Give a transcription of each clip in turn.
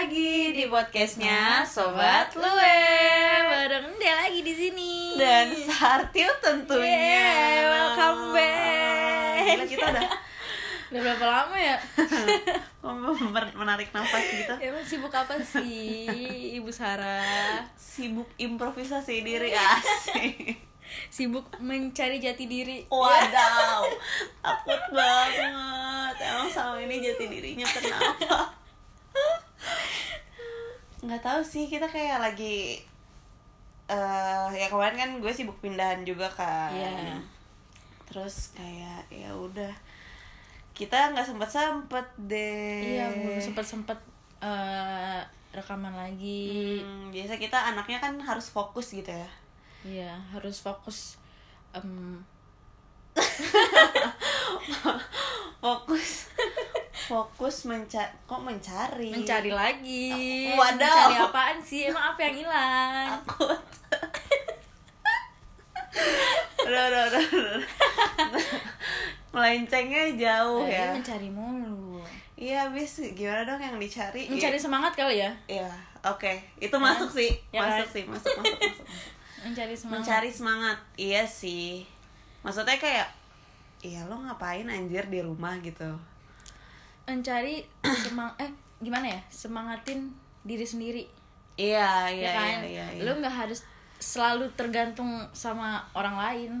di podcastnya Sobat Sobat Lue bareng dia lagi di sini. dan Sartil tentunya. Yeay, Iya. welcome back. Gila, kita udah udah berapa lama ya? mer- menarik nafas gitu. Emang sibuk apa sih Ibu Sarah? Sibuk improvisasi diri asik. Sibuk mencari jati diri. Wadaw, takut banget. Emang sama ini jati dirinya kenapa? Nggak tahu sih, kita kayak lagi eh ya kemarin kan gue sibuk pindahan juga kan. Iya. Terus kayak ya udah kita nggak sempet sempet deh. Iya, belum sempat sempat rekaman lagi. Hmm, biasa kita anaknya kan harus fokus gitu ya. Iya, harus fokus em, Fokus, fokus menca kok mencari. mencari lagi. Aku- wadaw. Mencari apaan sih? Emang apa yang hilang? takut udah udah udah, udah. melencengnya jauh Lagi ya mencari mulu. iya bis gimana dong yang dicari Mencari semangat kali ya? iya oke itu masuk sih Ya masuk kan? sih masuk masuk masuk Mencari semangat. mencari semangat iya sih maksudnya kayak Iya lo ngapain anjir di rumah gitu mencari semang eh gimana ya semangatin diri sendiri ya Iya iya kan iya iya, iya. lu nggak harus selalu tergantung sama orang lain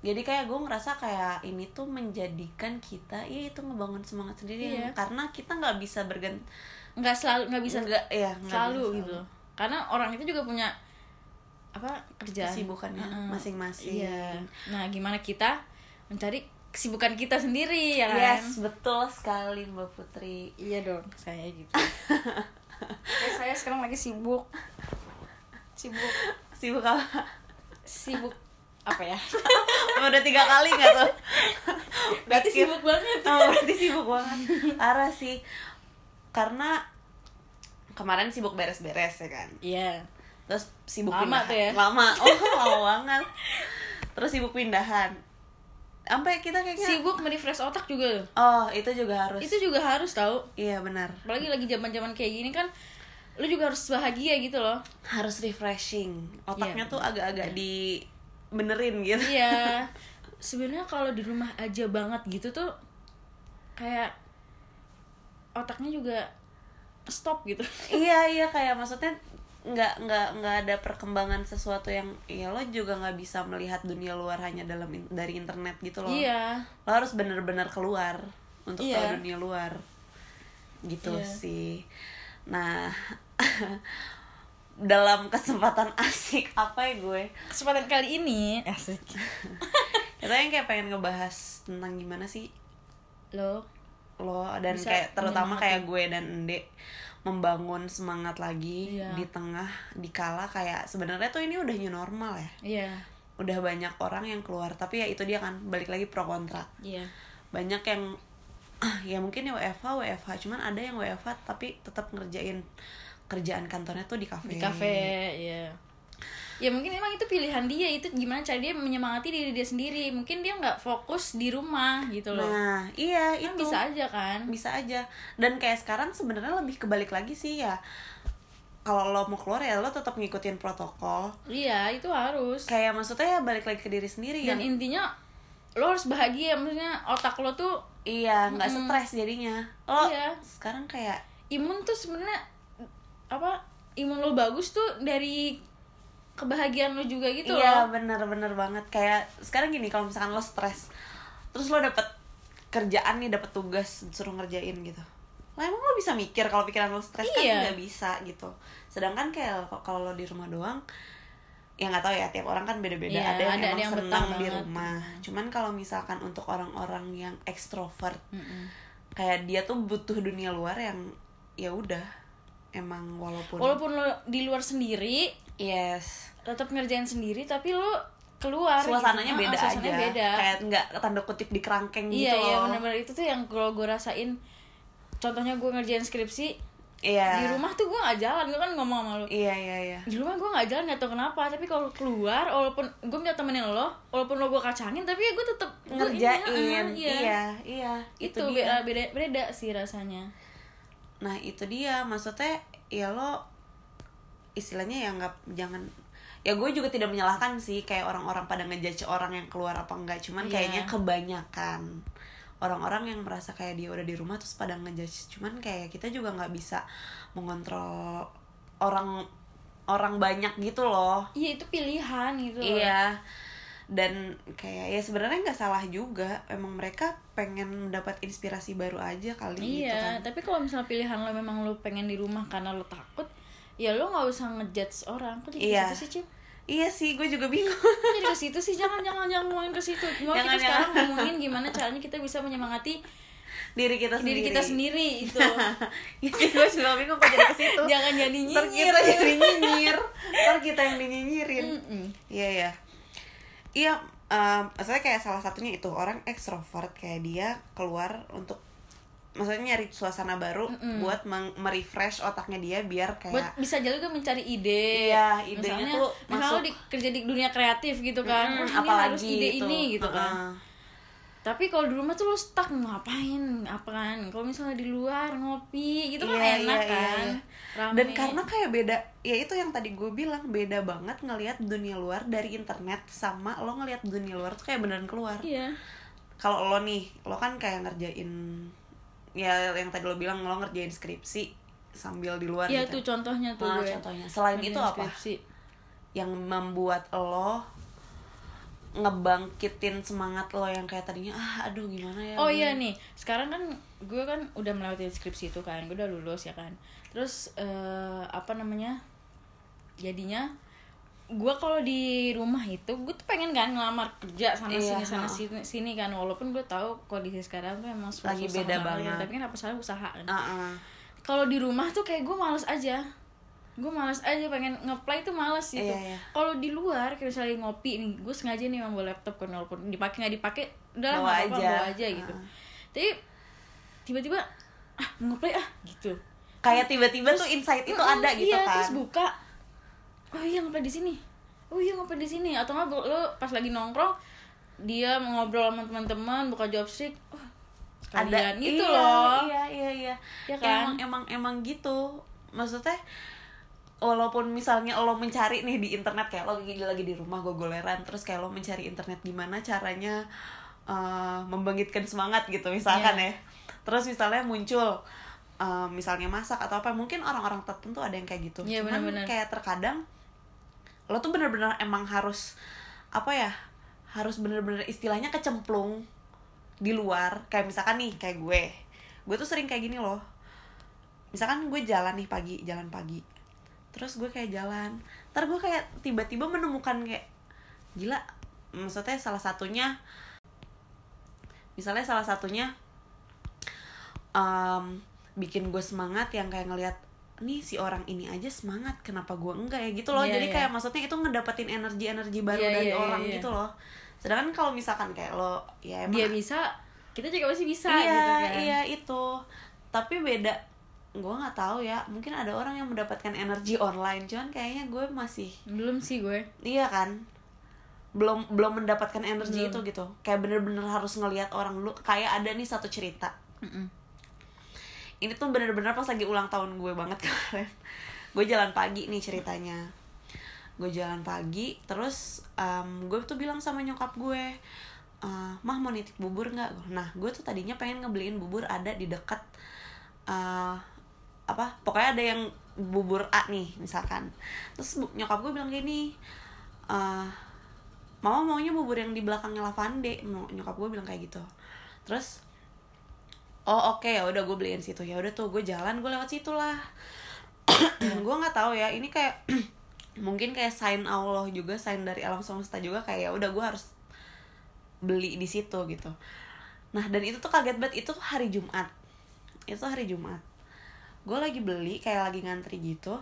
Jadi kayak gue ngerasa kayak ini tuh menjadikan kita ya itu ngebangun semangat sendiri Iya. karena kita nggak bisa bergen nggak selalu nggak bisa nggak ya nggak selalu bisa gitu karena orang itu juga punya apa kerjaan Kesibukannya Heeh. masing-masing. iya nah gimana kita mencari kesibukan kita sendiri ya kan yes betul sekali mbak Putri iya dong saya gitu Ya, saya sekarang lagi sibuk sibuk sibuk apa sibuk apa ya udah tiga kali nggak tuh berarti Skip. sibuk banget Oh, berarti sibuk banget arah sih karena kemarin sibuk beres-beres ya kan Iya. terus sibuk Lama pindahan. tuh ya. lama oh lama banget terus sibuk pindahan sampai kita kayaknya Sibuk merefresh otak juga. loh. oh itu juga harus Itu juga harus tahu. iya benar Apalagi lagi zaman-zaman kayak gini kan lu juga harus bahagia gitu loh. harus refreshing Iya, otaknya tuh agak-agak di benerin gitu Iya. Sebenarnya kalau di rumah aja banget gitu tuh kayak otaknya juga stop gitu. iya iya kayak maksudnya nggak nggak nggak ada perkembangan sesuatu yang ya lo juga nggak bisa melihat dunia luar hanya dalam in- dari internet gitu loh Iya. lo harus bener-bener keluar untuk tahu Iya. dunia luar gitu Iya. sih nah dalam kesempatan asik apa ya gue Kesempatan kali ini asik. kita yang kayak pengen ngebahas tentang gimana sih Lo lo dan Bisa kayak terutama kayak gue dan Ende membangun semangat lagi Iya. di tengah dikala kayak sebenarnya tuh ini udah new normal ya Iya. udah banyak orang yang keluar tapi ya itu dia kan balik lagi pro kontra Iya. banyak yang ya mungkin ya WFH WFH cuman ada yang WFH tapi tetap ngerjain kerjaan kantornya tuh di kafe Di kafe, iya. Ya mungkin emang itu pilihan dia, itu gimana cara dia menyemangati diri dia sendiri. Mungkin dia nggak fokus di rumah gitu loh. nah iya itu kan bisa aja kan bisa aja dan kayak sekarang sebenarnya lebih kebalik lagi sih ya kalau lo mau keluar ya lo tetap ngikutin protokol iya itu harus kayak maksudnya ya balik lagi ke diri sendiri dan yang intinya lo harus bahagia maksudnya otak lo tuh iya nggak Mm-mm. stres jadinya lo Iya. sekarang kayak imun tuh sebenarnya apa imun lo bagus tuh dari kebahagiaan lo juga gitu iya loh bener-bener banget kayak sekarang gini kalau misalkan lo stres terus lo dapet kerjaan nih dapet tugas suruh ngerjain gitu lah emang lo bisa mikir kalau pikiran lo stres Iya. kan nggak bisa gitu sedangkan kayak lo- kalau lo di rumah doang ya nggak tahu ya tiap orang kan beda-beda Iya, ada ada- yang ada emang yang betah senang di banget. rumah cuman kalau misalkan untuk orang-orang yang ekstrovert Mm-mm. kayak dia tuh butuh dunia luar yang ya udah emang walaupun walaupun lo di luar sendiri yes tetap ngerjain sendiri tapi lo keluar gitu. suasananya Ah, beda suasananya aja beda. kayak nggak tanda kutip di kerangkeng iya gitu iya loh benar-benar itu tuh yang kalau gue rasain contohnya gue ngerjain skripsi iya di rumah tuh gue nggak jalan gue kan ngomong sama lo iya iya iya di rumah gue nggak jalan nggak tau kenapa tapi kalau keluar walaupun gue minta temenin lo walaupun lo gue kacangin tapi ya gue tetep gua ngerjain ini, iya ah, iya, itu, ah, itu, beda, dia beda beda sih rasanya nah itu dia maksudnya ya lo istilahnya ya nggak jangan ya gue juga tidak menyalahkan sih kayak orang-orang pada ngejudge orang yang keluar apa enggak cuman Iya. kayaknya kebanyakan orang-orang yang merasa kayak dia udah di rumah terus pada ngejudge cuman kayak kita juga nggak bisa mengontrol orang orang banyak gitu loh Iya itu pilihan gitu. Iya. Dan kayak ya sebenarnya nggak salah juga. Emang mereka pengen mendapat inspirasi baru aja kali gitu Iya, kan. tapi kalau misalnya pilihan lo memang lo pengen di rumah karena lo takut, ya lo nggak usah ngejudge orang. Kok jadi Iya. ke situ sih, Cip? Iya sih, gue juga bingung. Kok jadi ke situ sih? Jangan jangan jangan ngomongin ke situ. Mau Jangan, kita jangan. sekarang ngomongin gimana caranya kita bisa menyemangati Diri kita sendiri. diri kita sendiri gitu. itu. Iya sih, gue juga bingung kok jadi ke situ. jangan jadi Ntar nyinyir. kita jadi nyinyir. Ntar kita yang dinyinyirin. Mm-mm. Iya ya. Iya, em, maksudnya kayak salah satunya itu orang ekstrovert kayak dia keluar untuk maksudnya nyari suasana baru buat meng- merefresh otaknya dia biar kayak Buat bisa aja juga mencari ide. Iya, idenya misalnya, tuh misalnya masuk. lo di, kerja di dunia kreatif gitu kan. Wah, Mm, ini harus ide itu. ini gitu kan. Heeh. Tapi kalau di rumah tuh lo stuck mau ngapain? Apaan? Kalau misalnya di luar ngopi gitu kan enak Iya, iya, iya, kan. iya. Rame. dan karena kayak beda ya itu yang tadi gue bilang beda banget ngelihat dunia luar dari internet sama lo ngelihat dunia luar tuh kayak beneran keluar iya. kalau lo nih lo kan kayak ngerjain ya yang tadi lo bilang lo ngerjain skripsi sambil di luar Iya tuh gitu contohnya tuh Nah, gue. contohnya selain itu apa Skripsi. yang membuat lo ngebangkitin semangat lo yang kayak tadinya ah aduh gimana ya Oh gue?" iya nih, sekarang kan gue kan udah melewati skripsi itu kan, gue udah lulus ya kan. Terus eh, apa namanya? Jadinya gue kalau di rumah itu gue tuh pengen kan ngelamar kerja sana Iya, sini sana ha. sini, sini kan walaupun gue tahu kondisi sekarang tuh emang susah Lagi beda banget. tapi kan apa salah usaha kan Heeh. kalau di rumah tuh kayak gue males aja gue males aja pengen ngeplay tuh males gitu Iya, iya. kalau di luar kayak misalnya ngopi nih gue sengaja nih emang bawa laptop kan walaupun dipakai nggak dipakai udah lah Bawa nggak apa-apa, aja. bawa aja gitu tapi tiba-tiba ah mau ngeplay ah gitu kayak tiba-tiba tuh insight itu Mm-mm, ada gitu iya, kan terus buka oh iya ngeplay di sini oh iya ngeplay di sini atau nggak lo pas lagi nongkrong dia ngobrol sama teman-teman buka job street oh, sekalian gitu iya, loh iya iya iya Ya kan? emang emang emang gitu maksudnya walaupun misalnya lo mencari nih di internet kayak lo lagi lagi di rumah gogoleran terus kayak lo mencari internet gimana caranya eh, membangkitkan semangat gitu misalkan Iya. ya terus misalnya muncul eh, misalnya masak atau apa mungkin orang-orang tertentu ada yang kayak gitu Iya, cuman benar-benar. kayak terkadang lo tuh bener-bener emang harus apa ya harus bener-bener istilahnya kecemplung di luar kayak misalkan nih kayak gue gue tuh sering kayak gini loh misalkan gue jalan nih pagi jalan pagi terus gue kayak jalan ntar gue kayak tiba-tiba menemukan kayak gila maksudnya salah satunya misalnya salah satunya em, bikin gue semangat yang kayak ngelihat nih si orang ini aja semangat kenapa gue enggak ya gitu loh Iya, jadi iya. kayak maksudnya itu ngedapetin energi energi baru Iya, dari iya, iya, orang iya. gitu loh sedangkan kalau misalkan kayak lo ya emang dia bisa kita juga pasti bisa iya, gitu kan Iya, itu. Tapi beda gue nggak tahu ya mungkin ada orang yang mendapatkan energi online cuman kayaknya gue masih belum sih gue iya kan belum belum mendapatkan energi Belum. itu gitu kayak bener-bener harus ngelihat orang lu kayak ada nih satu cerita ini tuh bener-bener pas lagi ulang tahun gue banget kemarin gue jalan pagi nih ceritanya gue jalan pagi terus em, gue tuh bilang sama nyokap gue "Eh, mah mau nitip bubur nggak nah gue tuh tadinya pengen ngebeliin bubur ada di dekat eh, apa pokoknya ada yang bubur A nih misalkan terus bu- nyokap gue bilang gini "Eh, mama maunya bubur yang di belakangnya Lavande nyokap gue bilang kayak gitu terus oh oke ya udah gue beliin situ ya udah tuh gue jalan gue lewat situ lah gue nggak tahu ya ini kayak mungkin kayak sign Allah juga sign dari alam semesta juga kayak ya udah gue harus beli di situ gitu nah dan itu tuh kaget banget itu hari Jumat itu hari Jumat gue lagi beli kayak lagi ngantri gitu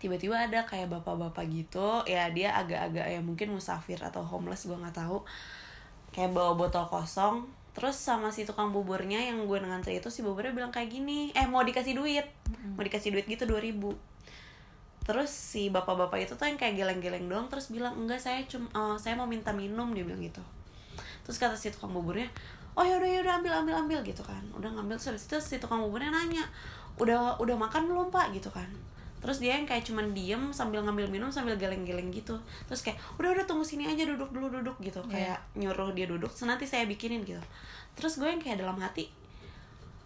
tiba-tiba ada kayak bapak-bapak gitu ya dia agak-agak ya mungkin musafir atau homeless gue nggak tahu kayak bawa botol kosong terus sama si tukang buburnya yang gue ngantri itu si buburnya bilang kayak gini eh mau dikasih duit mau dikasih duit gitu 2000 terus si bapak-bapak itu tuh yang kayak geleng-geleng doang terus bilang enggak saya cuma eh, saya mau minta minum dia bilang gitu terus kata si ya tukang buburnya oh yaudah yaudah ambil ambil ambil gitu kan udah ngambil terus habis itu si tukang buburnya nanya udah udah makan belum pak gitu kan terus dia yang kayak cuman diem sambil ngambil minum sambil geleng-geleng gitu terus kayak udah udah tunggu sini aja duduk dulu duduk gitu Iya. kayak nyuruh dia duduk "Terus nanti saya bikinin gitu terus gue yang kayak dalam hati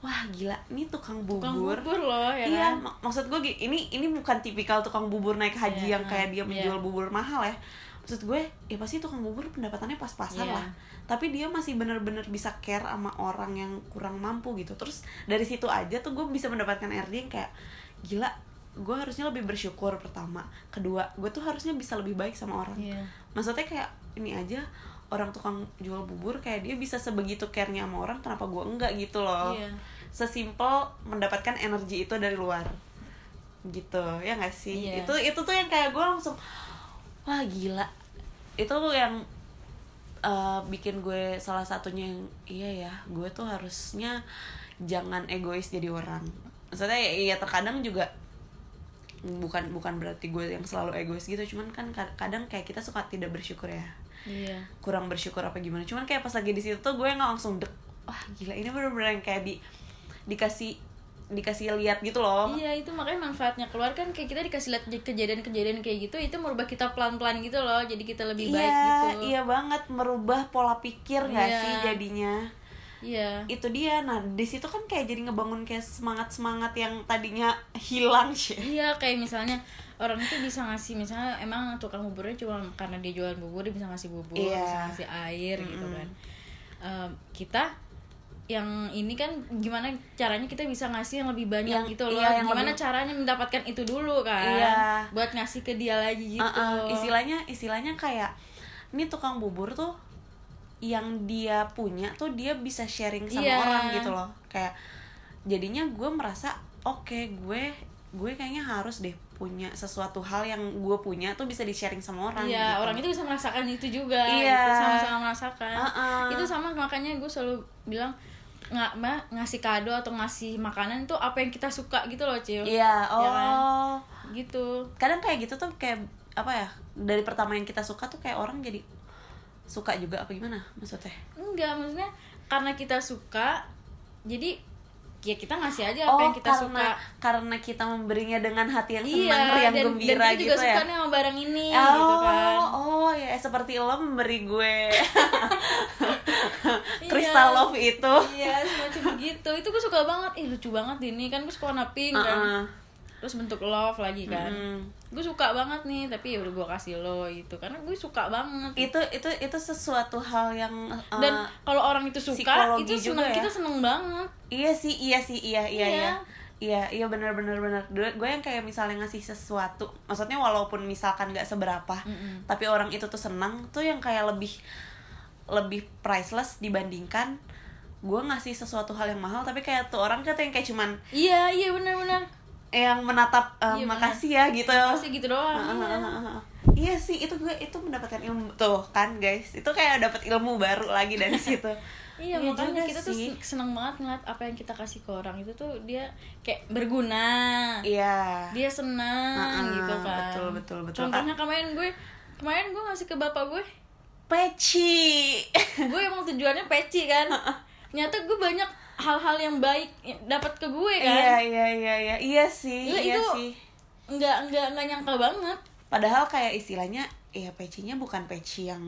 wah gila ini tukang bubur, Tukang bubur loh ya iya kan? mak- maksud gue gi- ini ini bukan tipikal tukang bubur naik haji Iya, yang kayak dia iya. menjual bubur mahal ya maksud gue ya pasti tukang bubur pendapatannya pas-pasan Iya. lah tapi dia masih bener-bener bisa care sama orang yang kurang mampu gitu terus dari situ aja tuh gue bisa mendapatkan RD yang kayak gila gue harusnya lebih bersyukur pertama kedua gue tuh harusnya bisa lebih baik sama orang Iya. maksudnya kayak ini aja orang tukang jual bubur kayak dia bisa sebegitu care-nya sama orang kenapa gue enggak gitu loh Iya. sesimpel mendapatkan energi itu dari luar gitu ya nggak sih Iya. itu itu tuh yang kayak gue langsung wah gila itu tuh yang eh, bikin gue salah satunya yang iya ya gue tuh harusnya jangan egois jadi orang maksudnya ya, ya terkadang juga bukan bukan berarti gue yang selalu egois gitu cuman kan kad- kadang kayak kita suka tidak bersyukur ya Iya. kurang bersyukur apa gimana cuman kayak pas lagi di situ tuh gue nggak langsung dek wah gila ini bener-bener yang kayak di dikasih dikasih lihat gitu loh Iya itu makanya manfaatnya keluar kan kayak kita dikasih lihat kejadian-kejadian kayak gitu itu merubah kita pelan-pelan gitu loh jadi kita lebih baik Iya, gitu. iya banget merubah pola pikir nggak Iya. sih jadinya Iya. itu dia nah di situ kan kayak jadi ngebangun kayak semangat semangat yang tadinya hilang sih Iya kayak misalnya orang itu bisa ngasih misalnya emang tukang buburnya cuma karena dia jualan bubur dia bisa ngasih bubur Iya. bisa ngasih air gitu kan. Ehm, kita yang ini kan gimana caranya kita bisa ngasih yang lebih banyak Yang- gitu loh iya, yang gimana lebih- caranya mendapatkan itu dulu kan Iya. buat ngasih ke dia lagi gitu Uh-uh, istilahnya istilahnya kayak ini tukang bubur tuh yang dia punya tuh dia bisa sharing sama Iya. orang gitu loh kayak jadinya gue merasa oke gue gue kayaknya harus deh punya sesuatu hal yang gue punya tuh bisa di sharing sama orang Iya, gitu. orang itu bisa merasakan itu juga. Iya. gitu, sama-sama merasakan. Uh-uh. Itu sama makanya gue selalu bilang nggak mbak ngasih kado atau ngasih makanan tuh apa yang kita suka gitu loh Cil iya oh Iya kan? gitu kadang kayak gitu tuh kayak apa ya dari pertama yang kita suka tuh kayak orang jadi suka juga apa gimana maksudnya enggak maksudnya karena kita suka jadi ya kita ngasih aja apa oh yang kita karena suka karena kita memberinya dengan hati yang iya senang yang dan, gembira dan kita juga gitu suka ya nih sama barang ini oh, gitu kan oh ya seperti lo memberi gue Iya. kristal love itu iya semacam begitu itu gue suka banget ih lucu banget ini kan gue suka warna pink kan Heeh. terus bentuk love lagi kan Mm. gue suka banget nih tapi ya udah gue kasih lo gitu karena gue suka banget itu itu itu sesuatu hal yang eh, dan kalau orang itu suka psikologi itu seneng juga ya. kita seneng banget iya sih iya sih iya iya Iya. iya iya iya benar benar benar Dulu gue yang kayak misalnya ngasih sesuatu maksudnya walaupun misalkan nggak seberapa Mm-mm. tapi orang itu tuh senang tuh yang kayak lebih lebih priceless dibandingkan gue ngasih sesuatu hal yang mahal tapi kayak tuh orang kata yang kayak cuman iya iya benar-benar yang menatap eh, Iya, benar. makasih ya gitu pasti gitu doang iya. Heeh. Iya sih, itu gue itu mendapatkan ilmu tuh kan guys. Itu kayak dapat ilmu baru lagi dari situ. Iya, juga makanya kita tuh sih. sen- seneng banget ngeliat apa yang kita kasih ke orang itu tuh dia kayak berguna Iya. dia senang Heeh, gitu kan betul, betul, betul. Ah. contohnya kemarin gue kemarin gue ngasih ke bapak gue Peci. gue emang tujuannya peci kan nyata gue banyak hal-hal yang baik yang dapat ke gue kan Iya, iya, iya, iya. Iya sih, Gila, iya itu- sih. nggak nggak nggak nyangka banget Padahal kayak istilahnya ya pecinya bukan peci yang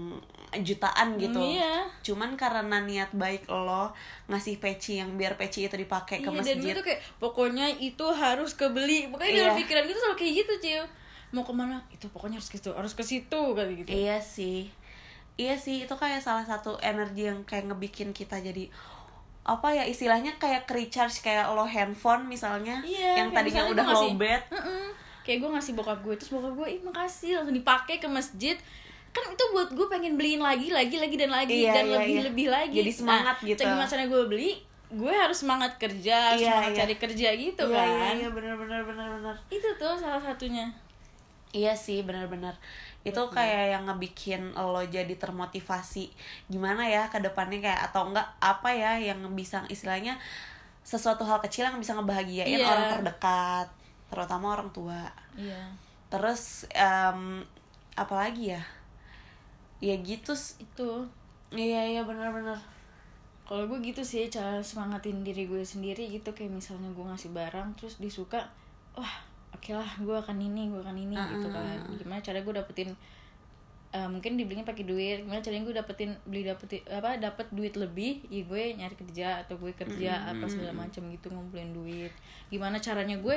jutaan gitu. Iya. Cuman karena niat baik lo ngasih peci yang biar peci itu dipakai ke iya dan gue masjid. tuh kayak pokoknya itu harus kebeli pokoknya Iya. dalam pikiran gue tuh selalu kayak gitu Cil mau kemana itu pokoknya harus ke situ harus ke situ kali gitu Iya sih. Iya sih, itu kayak salah satu energi yang kayak ngebikin kita jadi apa ya istilahnya kayak recharge kayak lo handphone misalnya Iya, yang kayak tadinya misalnya udah gua ngasih- lowbat. Mm-mm. kayak gue ngasih bokap gue terus bokap gue ih makasih langsung dipakai ke masjid kan itu buat gue pengen beliin lagi lagi lagi dan lagi Iya, dan iya, lebih iya. lebih lagi Nah, Jadi semangat gitu. gimana caranya gue beli gue harus semangat kerja harus Iya, semangat iya. cari kerja gitu Iya, kan iya, iya, bener bener bener bener. itu tuh salah satunya Iya sih, bener-bener. Itu kayak yang ngebikin lo jadi termotivasi. Gimana ya ke depannya kayak atau enggak apa ya yang bisa istilahnya sesuatu hal kecil yang bisa ngebahagiain Iya. orang terdekat, terutama orang tua. iya Terus em apalagi ya? Ya gitu. s- itu Iya iya benar-benar. kalau gue gitu sih cara semangatin diri gue sendiri gitu kayak misalnya gue ngasih barang terus disuka wah oke lah gue akan ini gue akan ini gitu kan gimana cara gue dapetin eh, mungkin dibelinya pakai duit gimana caranya gue dapetin beli dapetin apa dapat duit lebih ya gue nyari kerja atau gue kerja apa segala macam gitu ngumpulin duit gimana caranya gue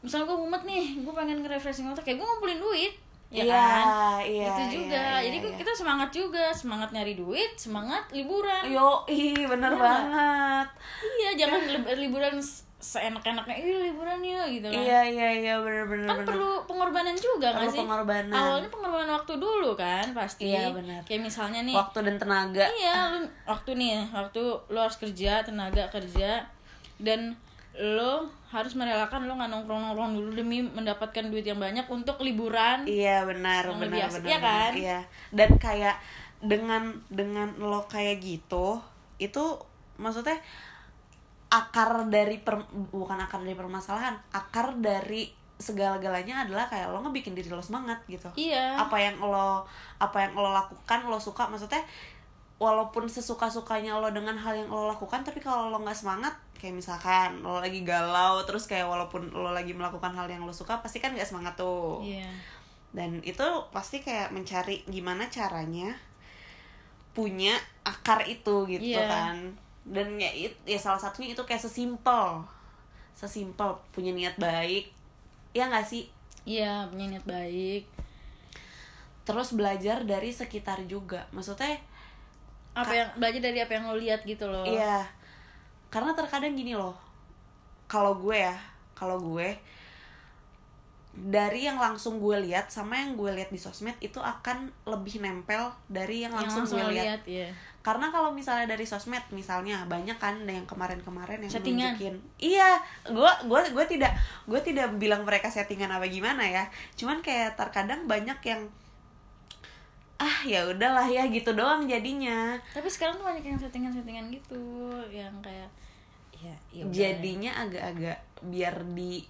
misalnya gue mumet nih gue pengen nge-refreshing otak ya gue ngumpulin duit ya Iya, kan iya, itu iya, juga iya, jadi gue- iya. kita semangat juga semangat nyari duit semangat liburan Yo, ih bener Iya, banget. Iya, jangan lib- liburan se- seenak-enaknya. Ih, liburan ya gitu kan. Iya iya iya bener-bener. Kan perlu pengorbanan juga kan Perlu sih? pengorbanan. Awalnya pengorbanan waktu dulu kan pasti. Iya, benar. Kayak misalnya nih, Waktu dan tenaga. iya lu waktu nih, waktu lu harus kerja, tenaga kerja dan lo harus merelakan lo nggak nongkrong-nongkrong dulu demi mendapatkan duit yang banyak untuk liburan. Iya benar Yang lebih benar asik, benar. ya kan? benar. Iya. Dan kayak dengan dengan lo kayak gitu itu maksudnya akar dari per, bukan akar dari permasalahan, akar dari segala-galanya adalah kayak lo ngebikin diri lo semangat gitu. Iya. Apa yang lo apa yang lo lakukan lo suka maksudnya walaupun sesuka-sukanya lo dengan hal yang lo lakukan tapi kalau lo nggak semangat kayak misalkan lo lagi galau terus kayak walaupun lo lagi melakukan hal yang lo suka pasti kan nggak semangat tuh Iya. dan itu pasti kayak mencari gimana caranya punya akar itu gitu Iya. kan dan ya it- ya salah satunya itu kayak sesimpel sesimpel punya niat baik ya nggak sih Iya, punya niat baik. terus belajar dari sekitar juga maksudnya Apa yang belajar dari apa yang lo lihat gitu loh. Iya. Karena terkadang gini loh. Kalau gue ya, kalau gue dari yang langsung gue lihat sama yang gue lihat di sosmed itu akan lebih nempel dari yang yang langsung, langsung lo gue lihat, lihat. iya. Karena kalau misalnya dari sosmed misalnya banyak kan yang kemarin-kemarin yang Settingan. nunjukin. Iya, gue gue gue tidak gue tidak bilang mereka settingan apa gimana ya. Cuman kayak terkadang banyak yang ah ya udahlah ya gitu doang jadinya. tapi sekarang tuh banyak yang settingan-settingan gitu yang kayak ya, ya udah. jadinya agak-agak biar di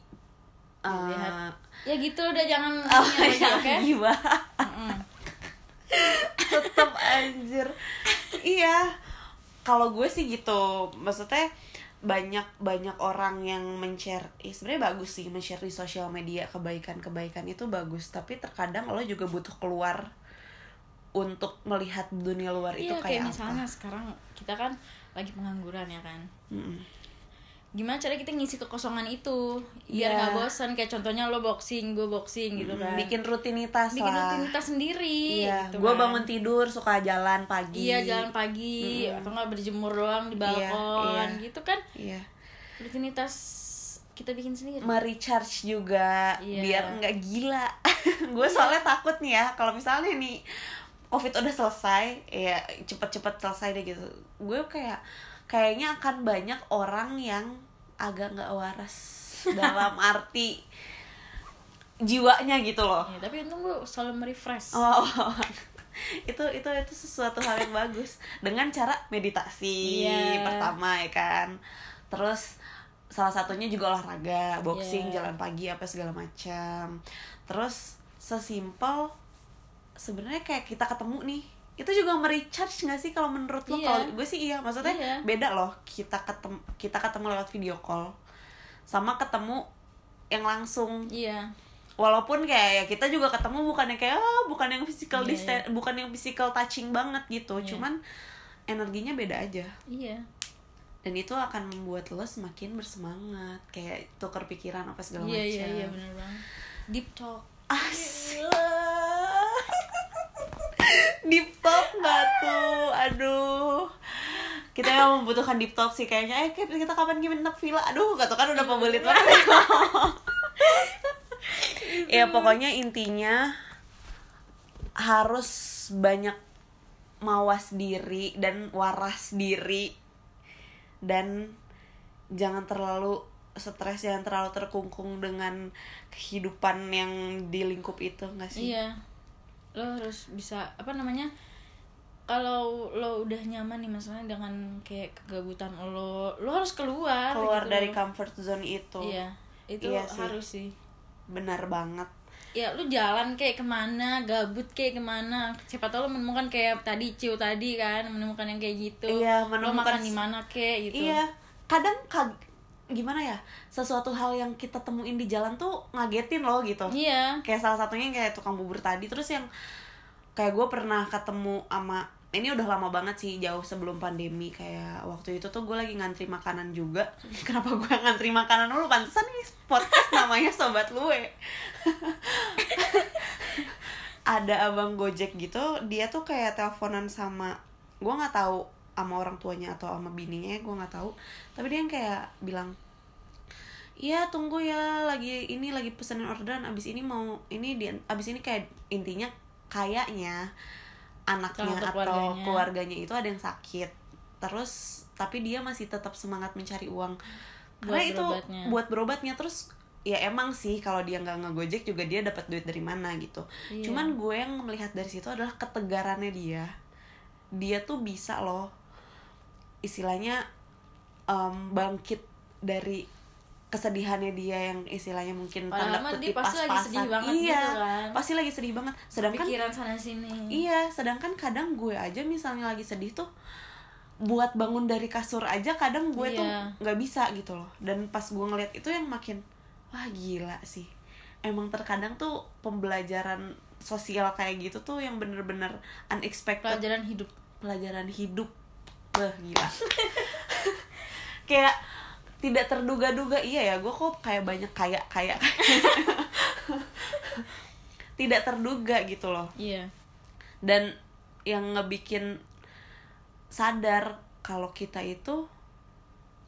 eh, Dilihat. ya gitu udah jangan oh, ini aja, yang oke gila. Mm-mm. tetep anjir iya kalau gue sih gitu maksudnya banyak banyak orang yang men-share eh, sebenarnya bagus sih men-share di sosial media kebaikan-kebaikan itu bagus tapi terkadang lo juga butuh keluar untuk melihat dunia luar itu iya kayak, kayak, apa misalnya sekarang kita kan lagi pengangguran ya kan Mm-mm. gimana cara kita ngisi kekosongan itu biar Iya. nggak bosan kayak contohnya lo boxing gue boxing gitu kan bikin rutinitas bikin lah rutinitas sendiri iya gitu gue kan. bangun tidur suka jalan pagi iya jalan pagi atau nggak berjemur doang di Iya, balkon iya. gitu kan iya rutinitas kita bikin sendiri merecharge juga Iya. biar nggak gila gue soalnya takut nih ya kalau misalnya nih covid udah selesai ya cepet-cepet selesai deh gitu gue kayak kayaknya akan banyak orang yang agak nggak waras dalam arti jiwanya gitu loh Iya, tapi untung gue selalu merefresh Oh, itu itu itu sesuatu hal yang bagus dengan cara meditasi Iya. pertama ya kan. Terus salah satunya juga olahraga, boxing, Iya. jalan pagi apa segala macam. Terus sesimpel sebenarnya kayak kita ketemu nih itu juga merecharge nggak sih kalau menurut lo Iya. kalau gue sih iya maksudnya Iya. beda loh kita ketemu kita ketemu lewat video call sama ketemu yang langsung iya walaupun kayak ya kita juga ketemu bukannya kayak ah, bukan yang physical Iya, dista- bukan yang physical touching banget gitu Iya. cuman energinya beda aja iya dan itu akan membuat lo semakin bersemangat kayak tukar pikiran apa segala Iya macam iya iya benar banget. Deep talk. Asik. deep talk nggak tuh aduh kita yang membutuhkan deep talk sih kayaknya eh Kip, kita kapan nginep villa aduh gak tau kan udah pembelit banget ya pokoknya intinya harus banyak mawas diri dan waras diri dan jangan terlalu stres jangan terlalu terkungkung dengan kehidupan yang di lingkup itu nggak sih Iya. Lo harus bisa apa namanya? Kalau lo udah nyaman nih misalnya dengan kayak kegabutan lo, lo harus keluar. gitu keluar Iya. dari loh. comfort zone itu Iya. Itu Iya sih. harus sih. benar banget ya lu jalan kayak kemana gabut kayak kemana siapa tau lu menemukan kayak tadi ciu tadi kan menemukan yang kayak gitu Iya, lu menemukan makan s- di mana kayak gitu Iya, kadang kag gimana ya? Sesuatu hal yang kita temuin di jalan tuh ngagetin loh gitu. iya Kayak salah satunya yang kayak tukang bubur tadi terus yang kayak gue pernah ketemu sama ini udah lama banget sih jauh sebelum pandemi kayak waktu itu tuh gue lagi ngantri makanan juga kenapa gue ngantri makanan dulu pantesan ini podcast namanya sobat lue ada abang gojek gitu dia tuh kayak teleponan sama gue nggak tahu sama orang tuanya atau sama bininya gue nggak tahu tapi dia yang kayak bilang Iya tunggu ya lagi ini lagi pesenin orderan abis ini mau ini di abis ini kayak intinya kayaknya anaknya Atau atau keluarganya. keluarganya. itu ada yang sakit terus tapi dia masih tetap semangat mencari uang Buat karena itu berobatnya. buat berobatnya terus ya emang sih kalau dia nggak ngegojek juga dia dapat duit dari mana gitu Iya. cuman gue yang melihat dari situ adalah ketegarannya dia dia tuh bisa loh istilahnya em, bangkit dari kesedihannya dia yang istilahnya mungkin Padahal tanda mah dia kutip pasti lagi pas-pasan. sedih banget gitu iya, kan. pasti lagi sedih banget sedangkan pikiran sana sini Kan iya sedangkan kadang gue aja misalnya lagi sedih tuh buat bangun dari kasur aja kadang gue tuh Iya. nggak bisa gitu loh dan pas gue ngeliat itu yang makin wah gila sih emang terkadang tuh pembelajaran sosial kayak gitu tuh yang bener-bener unexpected pelajaran hidup pelajaran hidup Beh, gila kayak tidak terduga-duga iya ya gue kok kayak banyak kayak kayak tidak terduga gitu loh iya dan yang ngebikin sadar kalau kita itu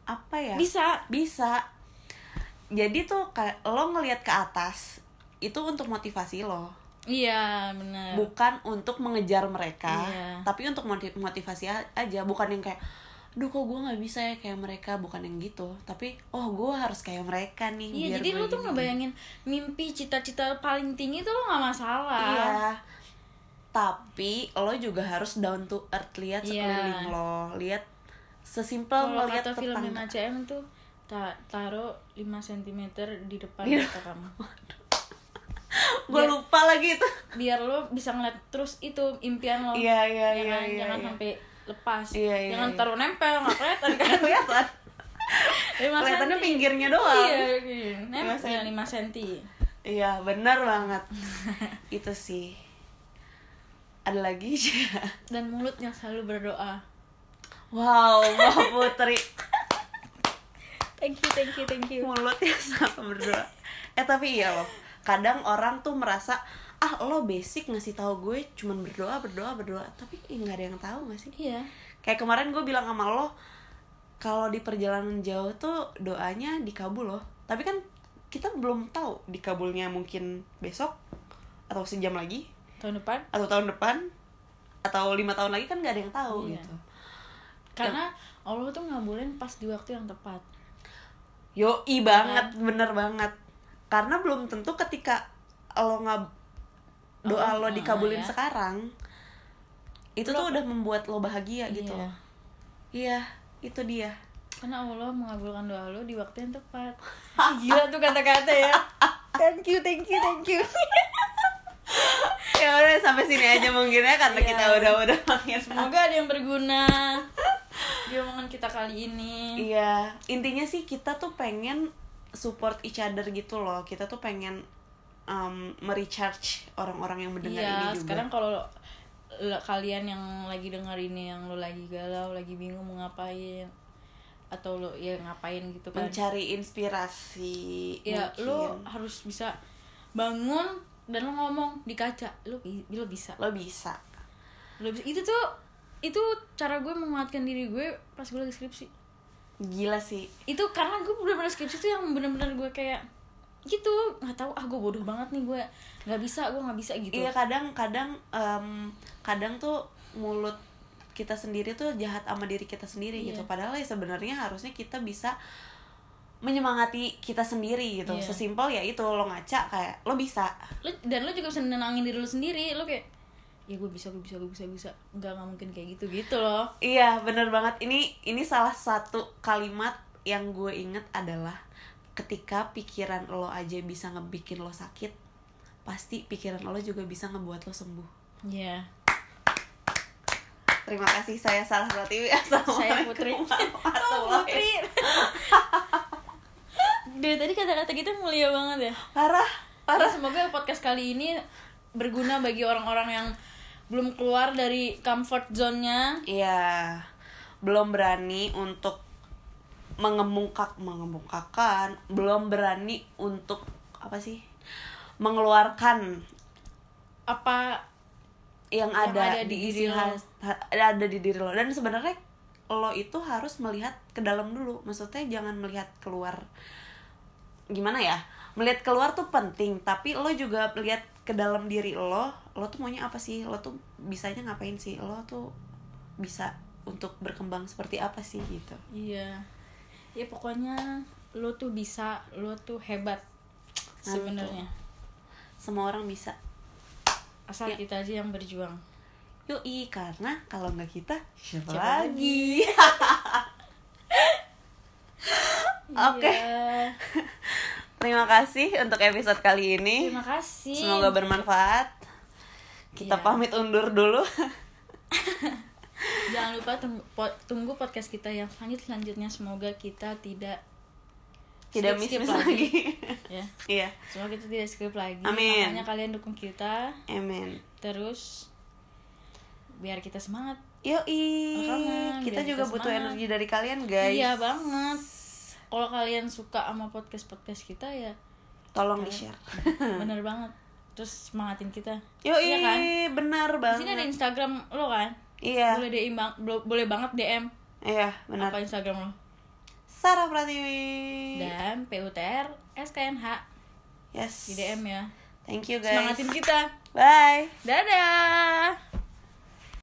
apa ya bisa bisa jadi tuh kayak lo ngelihat ke atas itu untuk motivasi lo iya benar bukan untuk mengejar mereka Iya. tapi untuk moti- motivasi a- aja bukan yang kayak duh kok gue nggak bisa ya kayak mereka bukan yang gitu tapi oh gue harus kayak mereka nih Iya, biar gitu. jadi gue lu tuh gini." ngebayangin mimpi, cita-cita paling tinggi tuh lo nggak masalah. Iya. Tapi lo juga harus down to earth lihat Iya. sekeliling lo, lihat sesimpel Kalau ngelihat kata film tetangga. 5CM tuh ta- taruh 5 cm di depan Iya. mata kamu. Gue lupa lagi itu. Biar lo bisa ngeliat terus itu impian lo. Iya, iya, Ya iya, kan? iya, Jangan iya. sampai lepas. Iya, iya, Jangan iya. taruh nempel, nggak kelihatan kan. Kelihatan. 5 Kelihatannya cm. pinggirnya doang. Iya, Iya, iya. Lima senti. Nempel 5 cm. bener banget. itu sih. Ada lagi Dan mulut yang selalu berdoa. Wow, Mbak Putri. Thank you, thank you, thank you. Mulutnya ya, sama berdoa. Eh tapi iya loh. Kadang orang tuh merasa ah lo basic ngasih tahu gue cuman berdoa berdoa berdoa tapi ih, nggak ada yang tahu nggak sih Iya. kayak kemarin gue bilang sama lo kalau di perjalanan jauh tuh doanya dikabul loh tapi kan kita belum tahu dikabulnya mungkin besok atau sejam lagi Tahun depan atau tahun depan atau lima tahun lagi kan nggak ada yang tahu Iya. gitu Iya. karena Allah tuh ngabulin pas di waktu yang tepat. yoi banget bener banget karena belum tentu ketika lo nggak doa Oh, lo ah, dikabulin ya. sekarang itu tuh udah membuat iya. lo bahagia gitu Iya. loh iya itu dia Karena Allah mengabulkan doa lo di waktu yang tepat. Gila tuh kata-kata ya. Thank you, thank you, thank you. ya udah sampai sini aja mungkin ya karena Iya. kita udah udah makin Semoga ada yang berguna di omongan kita kali ini. iya intinya sih kita tuh pengen support each other gitu loh kita tuh pengen um, merecharge orang-orang yang mendengar ini Iya, juga sekarang kalau lo- kalian yang lagi denger ini yang lo lagi galau, lagi bingung mau ngapain atau lo ya ngapain gitu kan. mencari inspirasi ya mungkin. lo harus bisa bangun dan lo ngomong di kaca. Lo bi- lo bisa. lo bisa Lo bisa. Itu tuh itu cara gue menguatkan diri gue pas gue lagi skripsi. gila sih itu karena gue bener-bener skripsi tuh yang bener-bener gue kayak gitu nggak tahu ah gue bodoh banget nih gue nggak bisa gue nggak bisa gitu iya kadang kadang em, kadang tuh mulut kita sendiri tuh jahat sama diri kita sendiri Iya. gitu padahal ya sebenarnya harusnya kita bisa menyemangati kita sendiri gitu Iya. sesimpel ya itu lo ngaca kayak lo bisa Lu- dan lo juga bisa nenangin diri lo sendiri lo kayak ya gue bisa gue bisa gue bisa gue bisa nggak nggak mungkin kayak gitu gitu loh iya bener banget ini ini salah satu kalimat yang gue inget adalah ketika pikiran lo aja bisa ngebikin lo sakit pasti pikiran lo juga bisa ngebuat lo sembuh Iya. terima kasih saya Sarah Pratiwi Saya Putri. Oh, Assalamualaikum warahmatullahi Dari tadi kata-kata kita mulia banget ya. parah Parah. semoga podcast kali ini berguna bagi orang-orang yang belum keluar dari comfort zone-nya. Iya, belum berani untuk mengemukak mengemukakan, belum berani untuk apa sih? mengeluarkan Apa yang, ada, ada di, di isi diri lo. has- ha- ada di diri lo. Dan sebenarnya lo itu harus melihat ke dalam dulu. Maksudnya jangan melihat keluar. Gimana ya? Melihat keluar tuh penting, tapi lo juga lihat ke dalam diri lo. Lo tuh maunya apa sih? Lo tuh bisanya ngapain sih? Lo tuh bisa untuk berkembang seperti apa sih gitu. Iya. Ya pokoknya lo tuh bisa, lo tuh hebat Nah, sebenarnya. Semua orang bisa. Ya. Asal kita aja yang berjuang. Yoi, karena kalau nggak kita, siapa, Siapa lagi? Oke. Iya. Terima kasih untuk episode kali ini. Terima kasih. Semoga bermanfaat. Kita Iya. pamit undur dulu. Jangan lupa tunggu, po- tunggu podcast kita yang selanjut selanjutnya. Semoga kita tidak Tidak Skip-skip miss-miss lagi. ya. Iya. Semoga kita tidak skip lagi. Amin. Makanya kalian dukung kita Amin. terus biar kita semangat. Yoi. Rekaman, Kita biar juga iya, kita butuh semangat. energi dari kalian, guys. Iya banget. Kalau kalian suka sama podcast-podcast kita ya Tolong di-share. bener banget. Terus semangatin kita. Yoi, Iya kan? benar Di sini ada banget. Instagram lo kan? Iya. Boleh DM bang- bo- boleh banget DM Iya, benar. apa Instagram lo? Sarah Pratiwi. Dan PUTR SKNH Yes. di DM ya. Thank you guys. Semangatin kita. Bye. Dadah.